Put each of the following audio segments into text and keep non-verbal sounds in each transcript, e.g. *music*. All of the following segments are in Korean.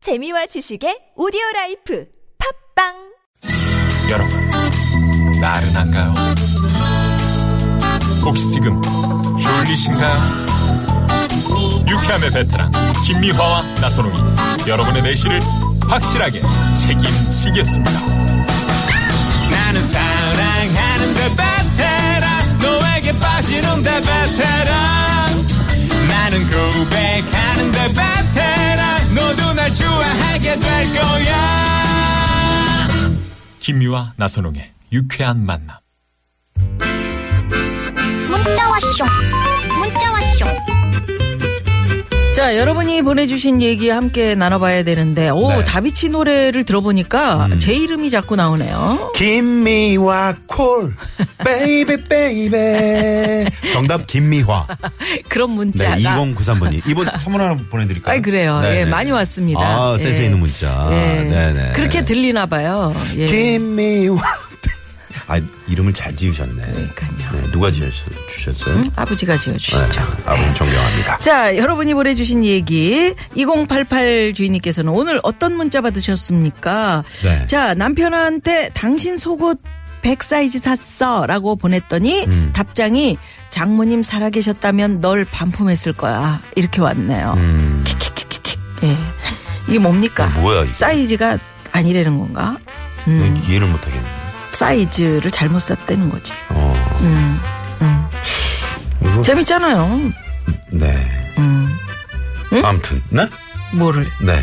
재미와 지식의 오디오 라이프 팝빵 여러분, 나른한가요? 혹시 지금 졸리신가요? 유쾌함의 베테랑 김미화와 나선홍이 여러분의 내실을 확실하게 책임지겠습니다. 나는 사랑하는데 베테랑 너에게 빠지는데 베테랑 나는 고백하는데 베테랑 너도 날 좋아하게 될 거야 김미화 나선홍의 유쾌한 만남. 문자 왔쇼 문자 왔쇼 자, 여러분이 보내주신 얘기 함께 나눠봐야 되는데, 오, 네. 다비치 노래를 들어보니까 음. 제 이름이 자꾸 *laughs* 나오네요. 김미화 콜 베이비 베이비 정답 김미화 그런 문자가. 네 2093번님 *laughs* 이번 선물 하나 보내드릴까요? 아이, 그래요. 네, 예, 네. 많이 왔습니다. 아 예. 센스 있는 문자 예. 네네 그렇게 들리나봐요. 예. 김미화 *laughs* 아 이름을 잘 지으셨네 그러니까요. 음? 네, 누가 지으셨어요? 아버지가 지어주시죠. 네, 아버님 네. 존경합니다 자, 여러분이 보내주신 얘기 2088 주인님께서는 오늘 어떤 문자 받으셨습니까? 네. 자, 남편한테 당신 속옷 100 사이즈 샀어라고 보냈더니 음. 답장이 장모님 살아계셨다면 널 반품했을 거야 이렇게 왔네요. 킥킥킥킥킥. 예. 이게 뭡니까? 음. 아, 뭐야, 이거. 음. 사이즈가 아니라는 건가? 음. 이해를 못하겠네 사이즈를 잘못 샀다는 거지. 어. 음. 이거- 재밌잖아요. 네 음. 아무튼 네? 뭐를 네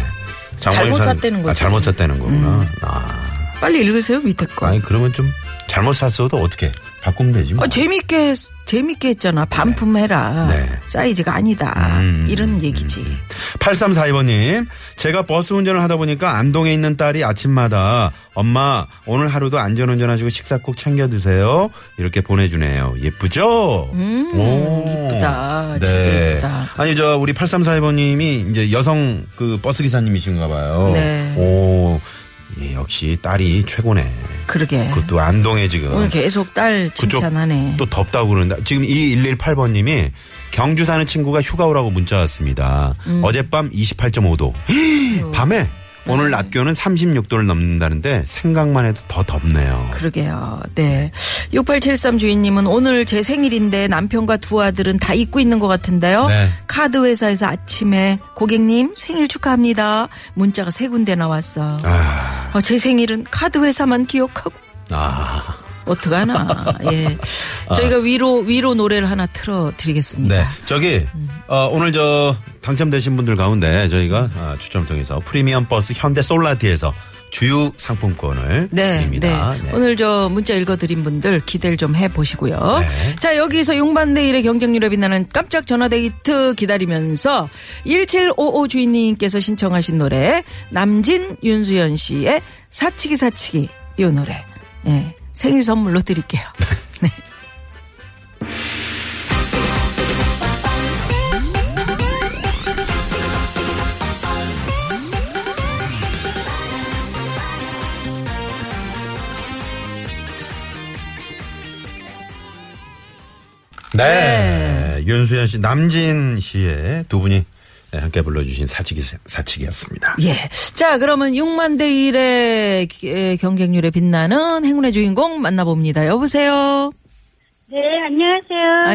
장모님 잘못 산- 샀다는 아, 거죠. 음. 잘못 샀다는 거구나 아 빨리 읽으세요 밑에 거. 아니 그러면 좀 잘못 샀어도 어떻게 바꾸면 되지 뭐. 어, 재밌게 했- 재밌게 했잖아. 반품해라. 네. 사이즈가 아니다. 음. 이런 얘기지. 8342번님, 제가 버스 운전을 하다 보니까 안동에 있는 딸이 아침마다 엄마, 오늘 하루도 안전운전 하시고 식사 꼭 챙겨 드세요. 이렇게 보내주네요. 예쁘죠? 네. 음, 이쁘다. 진짜 이쁘다. 아니, 저, 우리 8342번님이 이제 여성 그 버스기사님이신가 봐요. 네. 오, 예, 역시 딸이 최고네. 그러게. 그것도 안동에 지금. 오늘 계속 딸 그쪽 칭찬하네. 또 덥다고 그러는데 지금 이 118번님이 경주 사는 친구가 휴가 오라고 문자 왔습니다. 음. 어젯밤 28.5도. 밤에 오늘 음. 낮 기온은 36도를 넘는다는데 생각만 해도 더 덥네요. 그러게요. 네. 6873 주인님은 오늘 제 생일인데 남편과 두 아들은 다 잊고 있는 것 같은데요. 네. 카드 회사에서 아침에 고객님 생일 축하합니다. 문자가 세 군데 나왔어. 아, 어, 제 생일은 카드 회사만 기억하고 아, 어떡하나. *laughs* 예. 저희가 위로, 위로 노래를 하나 틀어드리겠습니다. 네. 저기 어, 오늘 저 당첨되신 분들 가운데 저희가 아, 추첨을 통해서 프리미엄 버스 현대 솔라티에서 주유 상품권을 네, 드립니다. 네. 네. 오늘 저 문자 읽어드린 분들 기대를 좀 해보시고요. 네. 자, 여기서 6만 대일의 경쟁률에 빛나는 깜짝 전화데이트 기다리면서 1755 주인님께서 신청하신 노래 남진 윤수연 씨의 사치기 사치기 이 노래. 예. 생일 선물로 *laughs* 드릴게요. 네. 네. 윤수연 씨, 남진 씨의 두 분이 네, 함께 불러주신 사치기, 사치기였습니다. 예. 자, 그러면 6만 대일의 경쟁률에 빛나는 행운의 주인공 만나봅니다. 여보세요. 네, 네, 안녕하세요.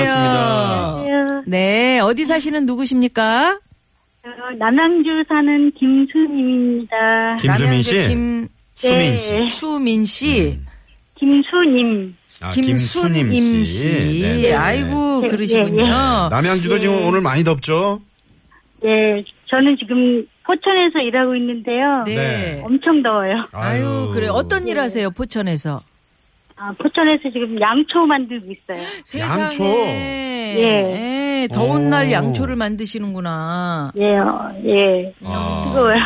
안녕하세요. 반갑습니다. 네, 어디 사시는 누구십니까? 저 어, 남양주 사는 김수님입니다. 김수민 씨, 남양주 그 김, 예, 수민 씨. 수민 음. 네. 씨, 김수님. 아, 김순임 김순임 씨. 씨. 네네네. 아이고, 네, 그러시군요. 네, 네. 어. 남양주도 지금 오늘 많이 덥죠? 네, 저는 지금 포천에서 일하고 있는데요. 네. 네. 엄청 더워요. 아유, 그래. 어떤 일 하세요, 포천에서? 아, 포천에서 지금 양초 만들고 있어요. 세상에. 양초. 예, 더운 오. 날 양초를 만드시는구나. 예, 어, 예. 아. 뜨거워요.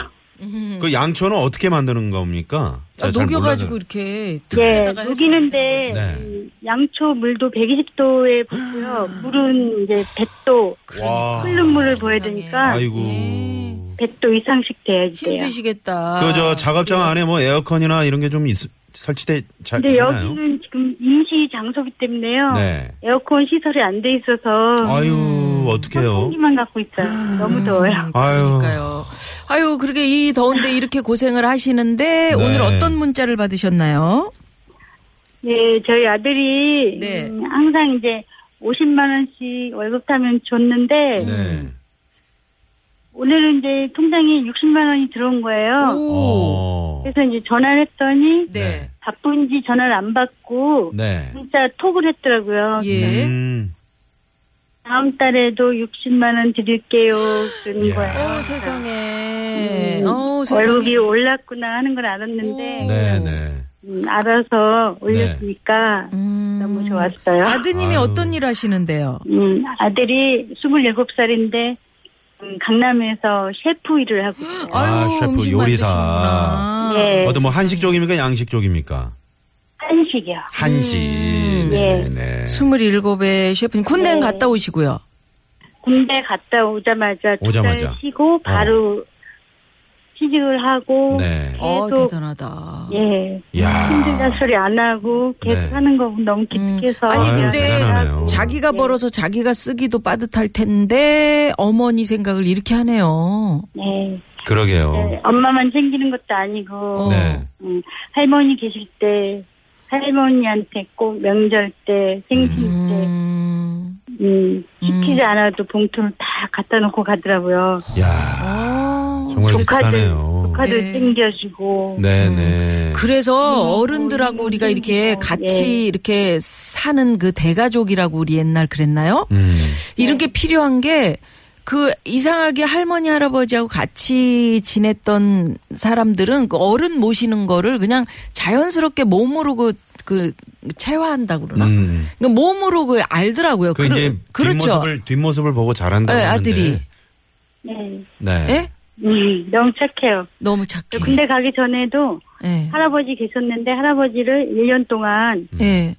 그 양초는 어떻게 만드는 겁니까? 아, 제가 잘 녹여가지고 몰라서. 이렇게 예, 틈에다가 해서 녹이는데 네. 이 양초 물도 120도에 붓고요. 물은 이제 100도, 와. 끓는 물을 보여야 세상에. 되니까 아이고. 예. 100도 이상씩 돼야지 돼요. 힘드시겠다. 그 저 작업장 안에 뭐 에어컨이나 이런 게 좀 설치돼 잘 근데 있나요? 여기는 지금 임시 장소기 때문에요. 네. 에어컨 시설이 안 돼 있어서 음. 아유, 어떡해요. 아. 선풍기만 갖고 있어요. 너무 더워요. 아유. 그러니까요. 아유, 그렇게 이 더운데 이렇게 고생을 하시는데 네. 오늘 어떤 문자를 받으셨나요? 네, 저희 아들이 네. 음, 항상 이제 50만 원씩 월급 타면 줬는데 네. 오늘은 이제 통장에 60만 원이 들어온 거예요. 오. 어. 그래서 이제 전화를 했더니 네. 바쁜지 전화를 안 받고 네. 진짜 톡을 했더라고요. 예. 음. 다음 달에도 60만 원 드릴게요. 그런 이야. 거예요. 어, 세상에. 아, 음, 어, 세상에. 월급이 올랐구나 하는 걸 알았는데 네, 네. 음, 알아서 올렸으니까 음. 너무 좋았어요. 아드님이 아유. 어떤 일 하시는데요? 음, 아들이 27살인데 음, 강남에서 셰프 일을 하고 있어요. 아, 셰프, 음식 요리사. 만드시는구나. 예, 어떤 뭐 한식 쪽입니까? 양식 쪽입니까? 한식이요. 한식. 음. 네, 네. 27에 셰프님 예. 군대는 갔다 오시고요. 군대 갔다 오자마자 두 오자마자. 달 어. 쉬고 바로 취직을 하고 네. 어, 계속 대단하다. 아. 예 야. 힘들다 소리 안 하고 계속 네. 하는 거 너무 기특해서 음. 아니, 아유, 근데 대단하네요. 자기가 네. 벌어서 자기가 쓰기도 빠듯할 텐데 어머니 생각을 이렇게 하네요. 네. 그러게요. 어. 네, 엄마만 챙기는 것도 아니고 네. 음, 할머니 계실 때 할머니한테 꼭 명절 때 생신 음. 때 음, 시키지 않아도 봉투를 다 갖다 놓고 가더라고요. 야 어. 정말 조카들 비슷하네요. 조카들 네. 챙겨주고 네, 네. 음. 음, 그래서 어른들하고 뭐 우리가 이런 이렇게 거. 같이 예. 이렇게 사는 그 대가족이라고 우리 옛날 그랬나요? 음. 이런 게 필요한 게 그 이상하게 할머니 할아버지하고 같이 지냈던 사람들은 그 어른 모시는 거를 그냥 자연스럽게 몸으로 그, 그 체화한다고 그러나? 음. 그러니까 몸으로 그 알더라고요. 그 그러- 이제 그렇죠. 뒷모습을 뒷모습을 보고 잘한다. 네, 고 아들이. 네. 네. 예? 음, 너무 착해요. 너무 착해. 군대 가기 전에도 예. 할아버지 계셨는데 할아버지를 1년 동안 예.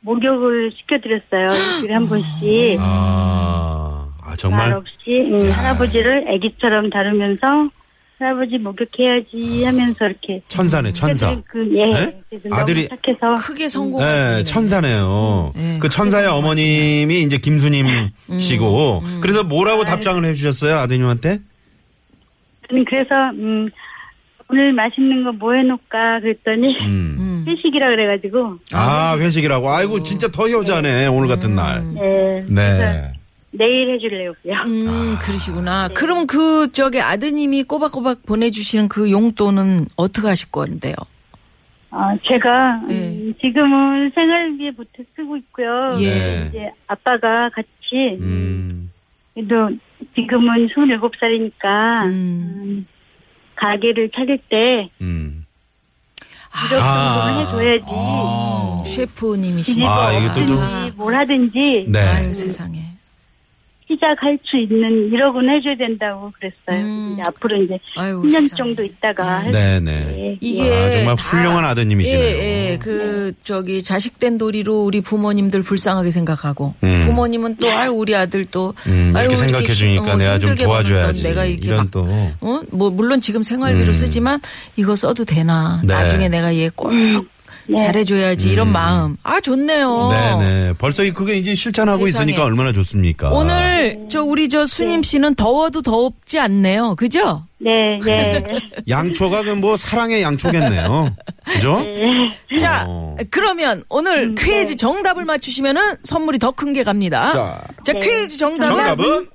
목욕을 시켜드렸어요. 일주일에 한 번씩. 아, 아 말 정말. 없이 음, 할아버지를 아기처럼 다루면서 할아버지 목욕해야지 하면서 이렇게 천사네, 천사. 그래서 그, 예, 네? 그래서 아들이- 너무 착해서 크게 성공한 네, 분이네. 천사네요. 네, 그 그래서 천사의 어머님이 이제 김수님 음. 씨고, 그래서 뭐라고 답장을 해주셨어요, 아드님한테? 저는 그래서 음, 오늘 맛있는 거 뭐 해놓을까 그랬더니 음. 회식이라 그래가지고 아, 회식이라고. 아이고, 진짜 더 효자네, 오늘 같은 날. 예, 그래서 네. 내일 해줄래요. 아. 음, 그러시구나. 그럼 그 저기 아드님이 꼬박꼬박 보내주시는 그 용돈은 어떻게 하실 건데요? 아, 제가 음, 네. 지금은 생활비에 보태 쓰고 있고요. 예. 이제 아빠가 같이 음. 그래도 지금은 27살이니까 음. 가게를 차릴 때 음. 이런 아. 정도는 해줘야지 셰프님이시니까. 어. 아, 이게 또 좀- 아, 뭘 하든지 네. 아유, 세상에. 시작할 수 있는 1억은 해줘야 된다고 그랬어요. 음. 이제 앞으로 이제 아유, 10년 세상에. 정도 있다가 할 네네. 때 이게 아, 정말 다- 훌륭한 아드님이시네요. 예, 예. 그 저기 자식된 도리로 우리 부모님들 불쌍하게 생각하고 음. 부모님은 또 아유 우리 아들 또 음, 아유, 어, 이렇게 생각해 주니까 힘- 내가 좀 힘들게 도와줘야지. 먹었던 내가 이렇게 이런 막 또. 음. 어? 뭐 물론 지금 생활비로 쓰지만 이거 써도 되나? 네. 나중에 내가 얘 꼭 잘해줘야지 이런 마음. 아 좋네요. 네네. 벌써 이- 그게 이제 실천하고 세상에. 있으니까 얼마나 좋습니까? 아. 오늘 저 우리 저 수님 씨는 더워도 더웁지 않네요. 그죠? 네, *laughs* 예. 양초가 그 뭐 사랑의 양초겠네요. 그죠? 음. 자 어. 그러면 오늘 퀴즈 정답을 맞추시면은 선물이 더 큰 게 갑니다. 자. 퀴즈 정답은, 정답은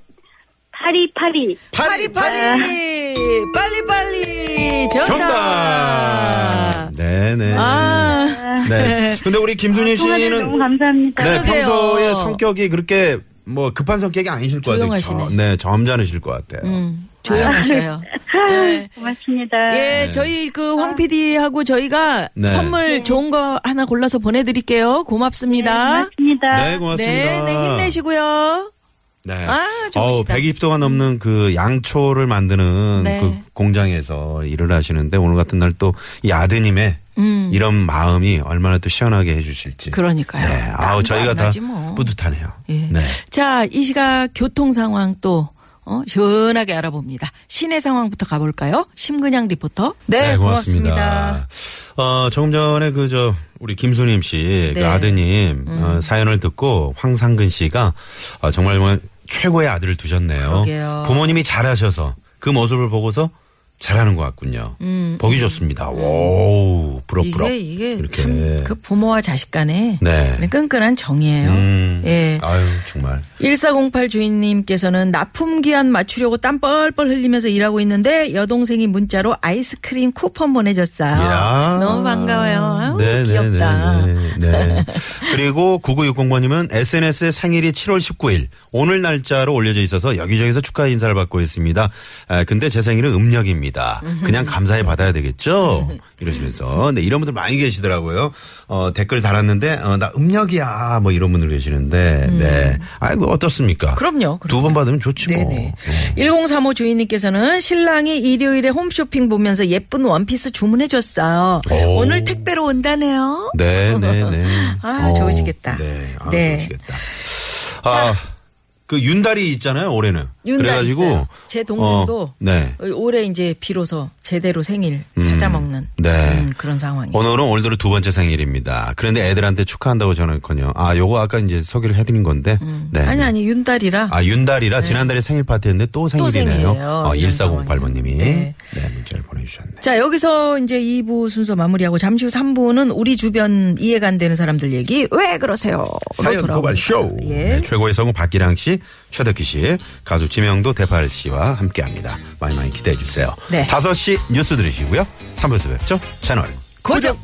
파리 파리. 파리 파리 빨리 빨리 정답. 정답. 네네. 아 네. 근데 우리 김순희 통화들 너무 씨는 감사합니다. 네, 그러게요. 평소에 성격이 그렇게 뭐 급한 성격이 아니실 것 같아요. 조용하시네. 저- 네, 점잖으실 것 같아요. 음, 조용하셔요. 네. *laughs* 고맙습니다. 예, 저희 그 황 PD하고 저희가 네. 선물 좋은 거 하나 골라서 보내드릴게요. 고맙습니다. 고맙습니다. 네, 고맙습니다. 네, 힘내시고요. 네. 아, 좋으시다. 어우, 120도가 넘는 그 양초를 만드는 네. 그 공장에서 일을 하시는데 오늘 같은 날 또 이 아드님의 이런 마음이 얼마나 또 시원하게 해주실지. 음. 그러니까요. 네. 아우, 땀도 저희가 안 다 나지 뭐. 뿌듯하네요. 예. 네. 자, 이 시각 교통 상황 또 어, 시원하게 알아봅니다. 시내 상황부터 가볼까요? 심근양 리포터. 네, 어, 조금 전에 그, 저, 우리 김수님 씨, 네. 그 아드님, 어, 사연을 듣고 황상근 씨가 어, 정말 정말 최고의 아들을 두셨네요. 그러게요. 부모님이 잘하셔서 그 모습을 보고서 잘하는 것 같군요. 보기 좋습니다. 오, 부럽부럽. 음, 이게 이게 참 그 부모와 자식 간의 네. 그런 끈끈한 정이에요. 음. 예. 아유, 정말. 1408 주인님께서는 납품 기한 맞추려고 땀 뻘뻘 흘리면서 일하고 있는데 여동생이 문자로 아이스크림 쿠폰 보내줬어요. 이야. 너무 반가워요. 아우, 네, 네, 귀엽다. 네, 네, *laughs* 네. 그리고 9960번님은 SNS에 생일이 7월 19일 오늘 날짜로 올려져 있어서 여기저기서 축하 인사를 받고 있습니다. 아, 근데 제 생일은 음력입니다. 그냥 감사해 받아야 되겠죠? 이러시면서. 네, 이런 분들 많이 계시더라고요. 어, 댓글 달았는데, 어, 나 음력이야. 뭐 이런 분들 계시는데, 네. 아이고, 어떻습니까? 음. 그럼요. 두 그럼요. 번 받으면 좋지 뭐. 네네. 1035 주인님께서는 신랑이 일요일에 홈쇼핑 보면서 예쁜 원피스 주문해줬어요. 오. 오늘 택배로 온다네요. 네, 네, 네. *laughs* 아, 어, 좋으시겠다. 네, 아, 네. 좋으시겠다. 아, 그 윤달이 있잖아요, 올해는. 윤달이 그래가지고 있어요. 제 동생도 어, 네. 음, 올해 이제 비로소 제대로 생일 찾아 먹는 네. 음, 그런 상황이에요. 오늘은 올드로 두 번째 생일입니다. 그런데 애들한테 축하한다고 전할거요 아, 요거 아까 이제 소개를 해드린 건데. 네. 음. 아니 아니 윤달이라 아, 윤달이라 지난달에 생일 파티였는데 또 생일이네요. 생일이에요. 어, 이런 1408번님이. 상황이에요. 네. 문자를 보내주셨네. 자, 여기서 이제 2부 순서 마무리하고 잠시 후 3부는 우리 주변 이해가 안 되는 사람들 얘기 왜 그러세요? 사연 고발 쇼. 예. 네, 최고의 성우 박기랑 씨, 최덕기 씨, 가수 지명도 대팔 씨와 함께합니다. 많이 많이 기대해 주세요. 네. 5시 뉴스 들으시고요. 3부에서 뵙죠. 채널 고정.